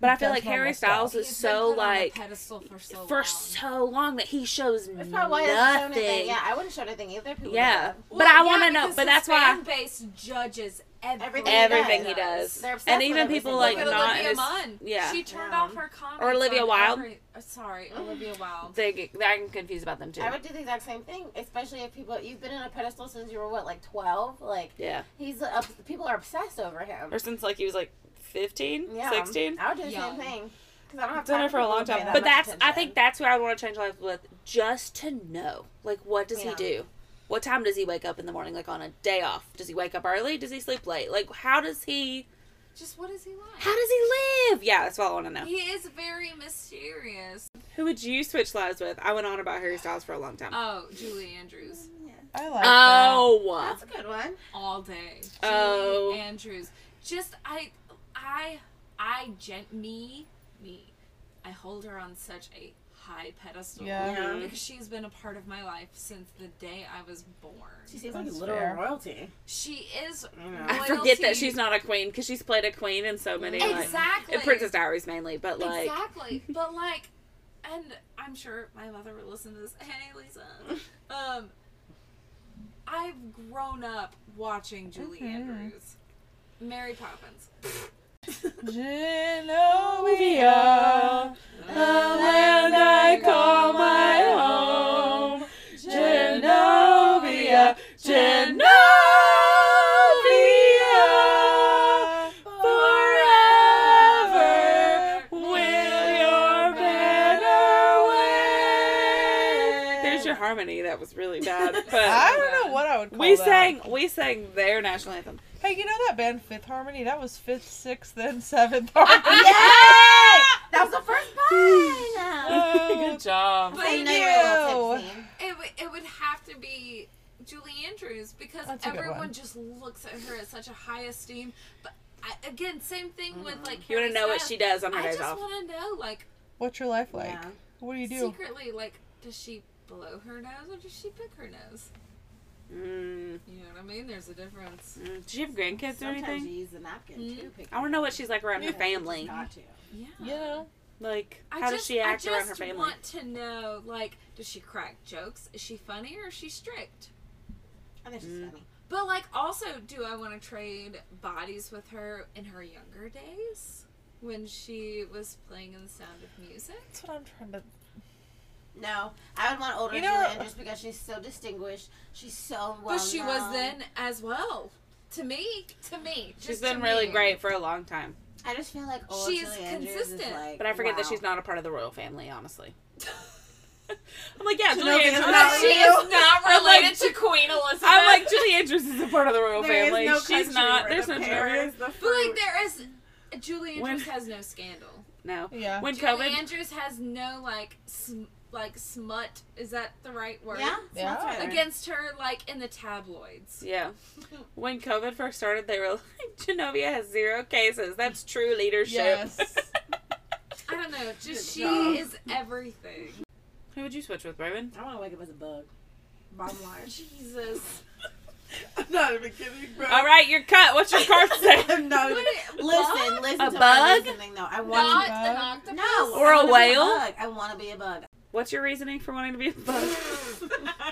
But who I feel does like Harry normal Styles stuff. is He's so been put on a like pedestal for so for long. so long that he shows That's nothing. probably why I didn't show anything. Yeah, I wouldn't show anything either. People Yeah. do but Well, I yeah, want to know. because But his that's why. fan base judges everything, everything he he does. They're obsessed And with even every people like single Look thing. at not Olivia as- Munn. yeah. Mm. She turned Yeah. off her comments. Olivia on Wilde. every- uh, sorry, Olivia Wilde. They get, I'm confused about them too. I would do the exact same thing, especially if people you've been on a pedestal since you were what, like twelve? Like yeah. he's up, people are obsessed over him. Or since like he was like 15, Yeah, 16. I would do the Young. same thing because I don't have Done time it for a people long to pay time. that but much that's I attention. think that's who I would want to change life with, just to know like what does he Yeah. do. What time does he wake up in the morning? Like on a day off, does he wake up early? Does he sleep late? Like how does he? Just what is he like? How does he live? Yeah, that's what I want to know. He is very mysterious. Who would you switch lives with? I went on about Harry Styles for a long time. Oh, Julie Andrews. I like uh, oh, that's a good one. All day. Julie Oh. Andrews. Just I I I gen me me. I hold her on such a high pedestal. Yeah. Yeah. Because she's been a part of my life since the day I was born. She seems like That's literal fair. royalty. She is You know. I forget that Royalty. she's not a queen because she's played a queen in so many. like- exactly in Princess Diaries mainly, but like exactly. But like, and I'm sure my mother would listen to this. Hey, Lisa. Um, I've grown up watching Julie Mm-hmm. Andrews, Mary Poppins. that. Genovia, the land I call my home. Genovia, Genovia, forever will your banner wave. there's your harmony. That was really bad, I but don't know what I would call we that. sang we sang their national anthem. Hey, you know that band Fifth Harmony? That was fifth, sixth, then [laughs] seventh harmony. Yay! That was the [laughs] first one. Oh, Good job. But So you it, know you're a little you. tipsy. w- it would have to be Julie Andrews because That's a good everyone one. just looks at her at such a high esteem. But I, again, same thing Mm-hmm. with like. You want Harry to know what Styles. she does on her I days just off? want to know, like, What's your life like? Yeah. What do you do? secretly, like, does she blow her nose or does she pick her nose? Mm, You know what I mean? There's a difference. mm. Does she have grandkids or Sometimes you anything? Mm-hmm. use the napkin Hmm? too. Pick I want to know what she's like around her Yeah, you just family. Got to. Yeah. You know, Like I how does just- she act I around just her family? want to know, like, does she crack jokes? Is she funny or is she strict? I think she's Mm. funny. But like, also, do I want to trade bodies with her in her younger days when she was playing in the Sound of Music? that's what I'm trying to. No, I would want older You you know- uh, just because she's so distinguished. She's so well. but she was known. then as well. To me, to me, She's just been to really me. [laughs] great for a long time, I just feel like old She's Julie Andrews is consistent. like, but I forget that wow. she's not a part of the royal family. Honestly, I'm like, yeah, Julie Genovia is Andrews. not She is not I'm like- related to Queen Elizabeth. I'm like Julie Andrews is a part of the royal There is family. no She's country not. where There's the no pear Julie. is the but like, fruit. there is Julie When- Andrews has no scandal. No. Yeah. [laughs] When Julie COVID, Andrews has no like sm- like smut. Is that the right word? Yeah, Yeah. that's right. Against her, like in the tabloids. yeah. When COVID first started, they were like, [laughs] Genovia has zero cases. That's true leadership. Yes. I don't know. Just she job. is everything. [laughs] Who would you switch with, Raven? I want to wake up as a bug. Bottom line. Jesus. [laughs] I'm not even kidding, bro. All right, you're cut. What's your card say? I'm What not even. it- Listen, bug? listen. A to my bug? reasoning, though. I Not want. an bug? octopus. No. Or I a wanna be whale? bug. I want to be a bug. What's your reasoning for wanting to be a bug?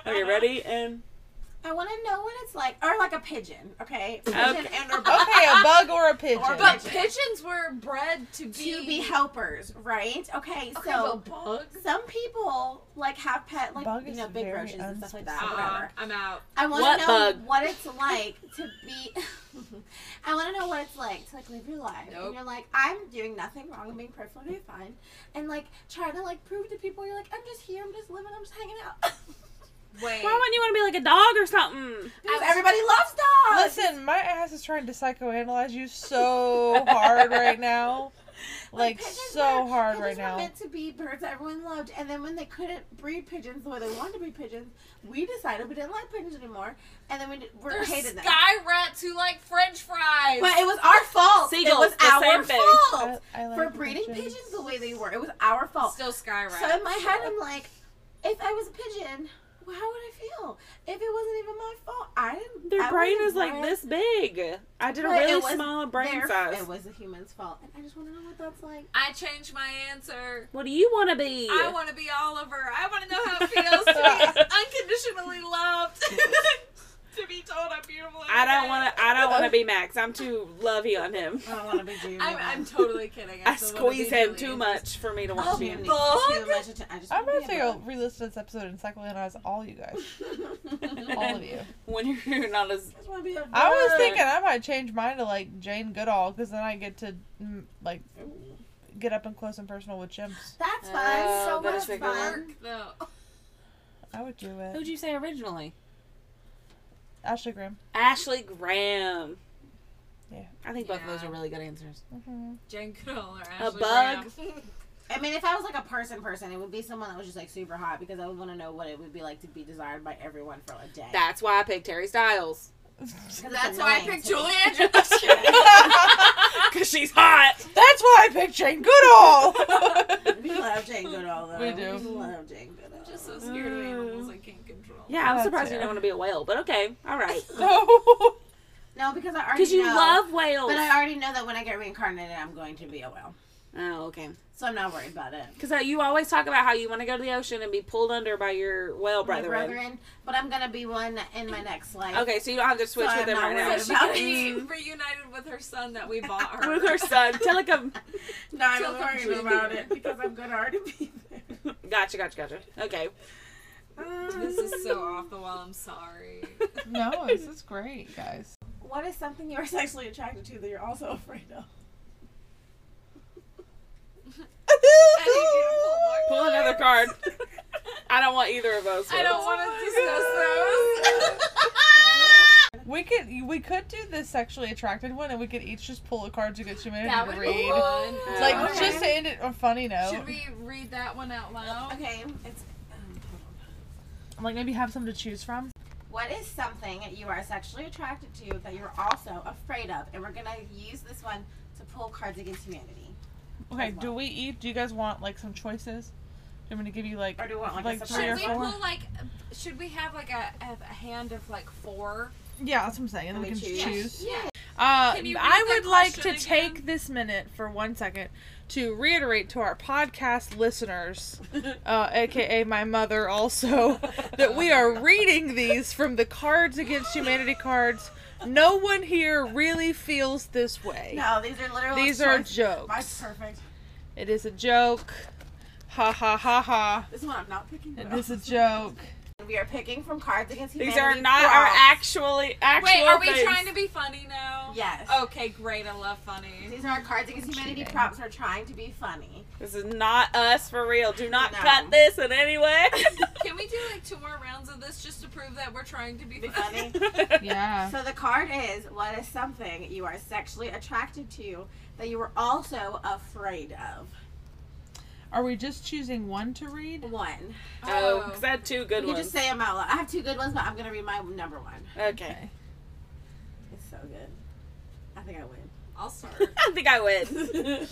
okay, ready and I want to know what it's like, or like a pigeon. Okay. Pigeon Okay. and [laughs] or bug. Okay, a bug or a pigeon. Or a But pigeons were bred to be. to be helpers, right? Okay, Okay, so but bugs. some people like have pet like Bug you is know big very roaches and stuff like that. unspecific. Uh-uh, Whatever. I'm out. I want What to know bug? what it's like to be. [laughs] I want to know what it's like to like live your life, Nope. and you're like, I'm doing nothing wrong, I'm being perfectly fine, and like trying to like prove to people you're like, I'm just here, I'm just living, I'm just hanging out. [laughs] Wait. why wouldn't you want to be like a dog or something? because everybody loves dogs. Listen, my ass is trying to psychoanalyze you so hard right [laughs] now. Like, pigeons so were- hard right pigeons were now. Meant to be birds that everyone loved, and then when they couldn't breed pigeons the way they wanted to breed pigeons, we decided we didn't like pigeons anymore, and then we d- we're There's hated them. sky rats who like French fries. But it was our fault. Seagulls, it was the our same thing. fault I- I for like breeding pigeons. pigeons. the way they were. It was our fault. still sky rats. so in my head, I'm like, if I was a pigeon, how would I feel? If it wasn't even my fault, I didn't. Their I brain wasn't is like bred- this big. I did a But it really was small brain their- size. It was the human's fault, and I just want to know what that's like. I changed my answer. What do you want to be? I want [laughs] to be Oliver. I want to know how it feels to be unconditionally loved. [laughs] to be told I'm beautiful. I don't want to. I don't want to be Max. I'm too lovey on him. I don't want to [laughs] be Judy. I'm, I'm totally kidding. [laughs] I still wanna be squeeze him Julie. too much for me to want to be Judy him. needs too much atten- I just I'm gonna wanna be take a a bug. re-listen to this episode and psychoanalyze all you [laughs] guys, [laughs] all I of you. When you're not as just want to be a I was bug. thinking I might change mine to like Jane Goodall because then I get to mm, like get up and close and personal with chimps. That's fun. Oh, so much that's a good fun. Work, though. I would do it. who'd you say originally? Ashley Graham. Ashley Graham. Yeah. I think both of those Yeah. are really good answers. Mm-hmm. [laughs] [laughs] Jen Goodall or A Ashley bug? Graham. I mean, if I was like a person, person, it would be someone that was just like super hot because I would want to know what it would be like to be desired by everyone for a day. That's why I picked Terry Styles. 'Cause it's That's why I annoying picked to me. [laughs] [laughs] Julie Andrews. Cause she's hot. That's why I picked Jane [laughs] Goodall. [laughs] We love Jane Goodall though. We do. We love Jane Goodall. I'm just so scared of animals I can't control. Yeah, I'm Oh, That's surprised you fair. don't want to be a whale, but okay, all right. no. no, because [laughs] I already Because you know, love whales. But I already know that when I get reincarnated, I'm going to be a whale, oh, okay. so I'm not worried about it. Because uh, you always talk about how you want to go to the ocean and be pulled under Oh, by your whale My brethren. brethren, but I'm gonna be one in my next life. Okay, so you don't have to switch So with I'm him not right worried now. So she can be reunited with her son that we bought her. [laughs] with her son. Telecom. No, I'm Till not worried Judy. [laughs] about it because I'm gonna already be there. [laughs] Gotcha, gotcha, gotcha. Okay. [laughs] This is so off the wall. I'm sorry. [laughs] No, this is great, guys. [laughs] [laughs] What is something you're sexually attracted to that you're also afraid of? I need you to pull Pull more another [laughs] Oh card. I don't want either of those. I don't want to discuss We could we could do the sexually attracted one, and we could each just pull a card to get you those. minutes That to would be read. fun. It's Like Okay. just to end it on a funny note. Should we read that one out loud? Okay, it's. Um, hold on. Like maybe have some to choose from. What is something you are sexually attracted to that you're also afraid of? And we're gonna use this one to pull cards against humanity. Okay, As well. do we eat? Do you guys want like some choices? I'm gonna give you like Or do you want, like, a three Should or surprise we four. pull like? Should we have like a, a, a hand of like four? Yeah, that's what I'm saying. And And we we can choose. choose. Yeah. Uh, Can you I read would that like to question again? take this minute for one second to reiterate to our [laughs] podcast listeners, uh, aka my mother, also, [laughs] that we are reading these from the Cards Against Humanity cards. No one here really feels this way. No, these are literally. These are choice- Mine's jokes. perfect. It is a joke. Ha ha ha ha. This one I'm not picking. It but is a joke. We are picking from cards against humanity. These are not our props. actually actual. Wait, are we things. trying to be funny now? Yes. Okay, great. I love funny. These are our cards against humanity Oh. Cheating. props. We're trying to be funny. [laughs] This is not us for real. Do not No. cut this in any [laughs] way. [laughs] Can we do like two more rounds of this just to prove that we're trying to be Be funny? [laughs] funny. Yeah. so the card is what is something you are sexually attracted to that you were also afraid of? Are we just choosing one [laughs] to read? [laughs] One. Oh, because I had two good you ones. just say them out loud. I have two good ones, but I'm gonna read my number one. okay. It's so good. I think I win. I'll start. [laughs] I think I win.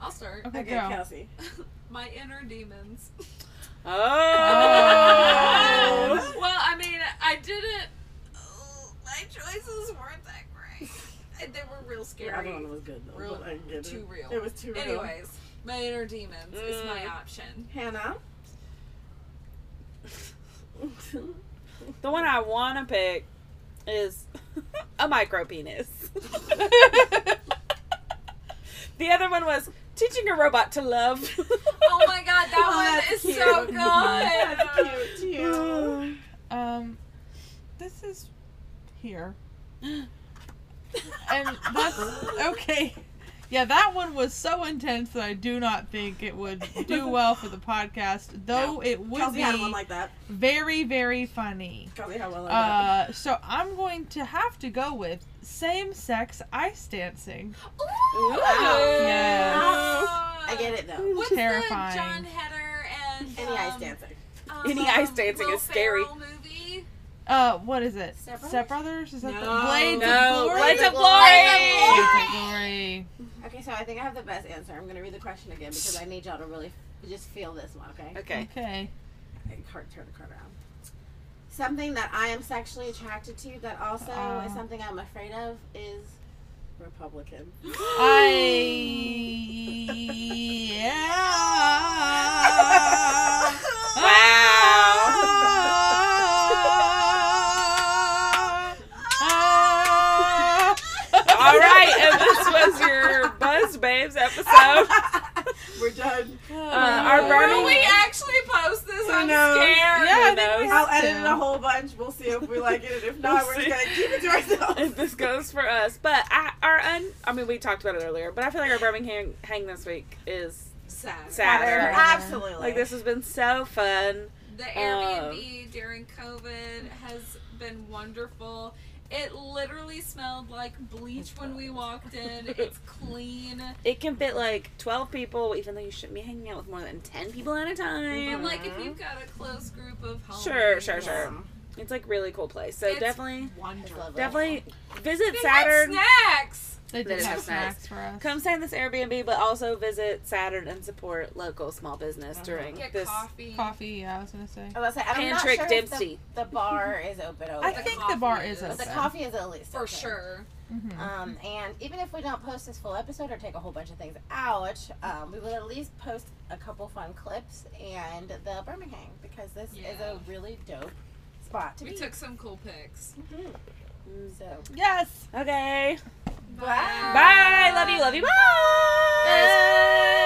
I'll start. Okay, okay, go. Kelsey. My inner [laughs] demons. oh. Oh. [laughs] well, I mean, I didn't. oh, My choices weren't that great. [laughs] And They were real Your other one scary. was good though. Real- but I get it. too real. It was too real. Anyways, my inner demons is my Mm. option. [laughs] Hannah. Oh, The one I want to pick is [laughs] a micro penis. [laughs] the other one was teaching a robot to love. [laughs] Oh my god, that [laughs] Oh, one that's is cute. so good. That's cute too. Um, this is here. And that's okay. Yeah, that one was so intense that I do not think it would [laughs] do well for the podcast, though it would [laughs] Kelsey be had one like that. very, very funny. Kelsey had one like that. Uh, so I'm going to have to go with same sex ice dancing. Ooh. Yes. I get it though. What's Terrifying. the John Heder and Any um, ice dancing. um, Any ice dancing Will is scary. Ferrell movie? Uh, what is it? Step Brothers? Step Brothers? Is that No. the Blades No, of Glory? Blades of Blades Glory. of Glory. Okay, so I think I have the best answer. I'm gonna read the question again because I need y'all to really just feel this one, okay? Okay. Okay. And card, turn the card around. Something that I am sexually attracted to that also is Uh. something I'm afraid of is Republican. [laughs] I yeah. Wow. [laughs] [laughs] Uh, Everyone knows. Scared. Yeah, I Who think we knows? have- [laughs] I'll edit it Yeah. a whole bunch. We'll see if we like it. And if not, we're see. just going to keep it to [laughs] ourselves. if this goes for us. But I, our un, I mean, we talked about it earlier, but I feel like our Birmingham hang this week is Sad. sadder. Absolutely. Like this has been so fun. The Airbnb during COVID has been wonderful. It literally smelled like bleach when we walked in. It's clean. It can fit like twelve people, even though you shouldn't be hanging out with more than ten people at a And time. like if you've got a close group of homies, Sure, sure, sure. Yeah. It's like really cool place. So It's definitely, Wonderful. definitely visit They had Saturn. snacks. They Then did it have was nice. snacks for us. Come stay in this Airbnb, but also visit Saturn and support local small business during Get this coffee. coffee. Yeah, I was gonna say. I was gonna say, Uh-huh. I'm not Patrick sure if Dempsey. The, the bar is open over. I The think coffee the bar is is- but open. the coffee is at least For open. sure. Mhm. Um, Mm-hmm. and even if we don't post this full episode or take a whole bunch of things out, um, we will at least post a couple fun clips and the Birmingham because this is Yeah. a really dope spot to We be. Mm-hmm. took some cool pics. so, Yes. Okay. bye. Bye. Love you. Love you. Bye.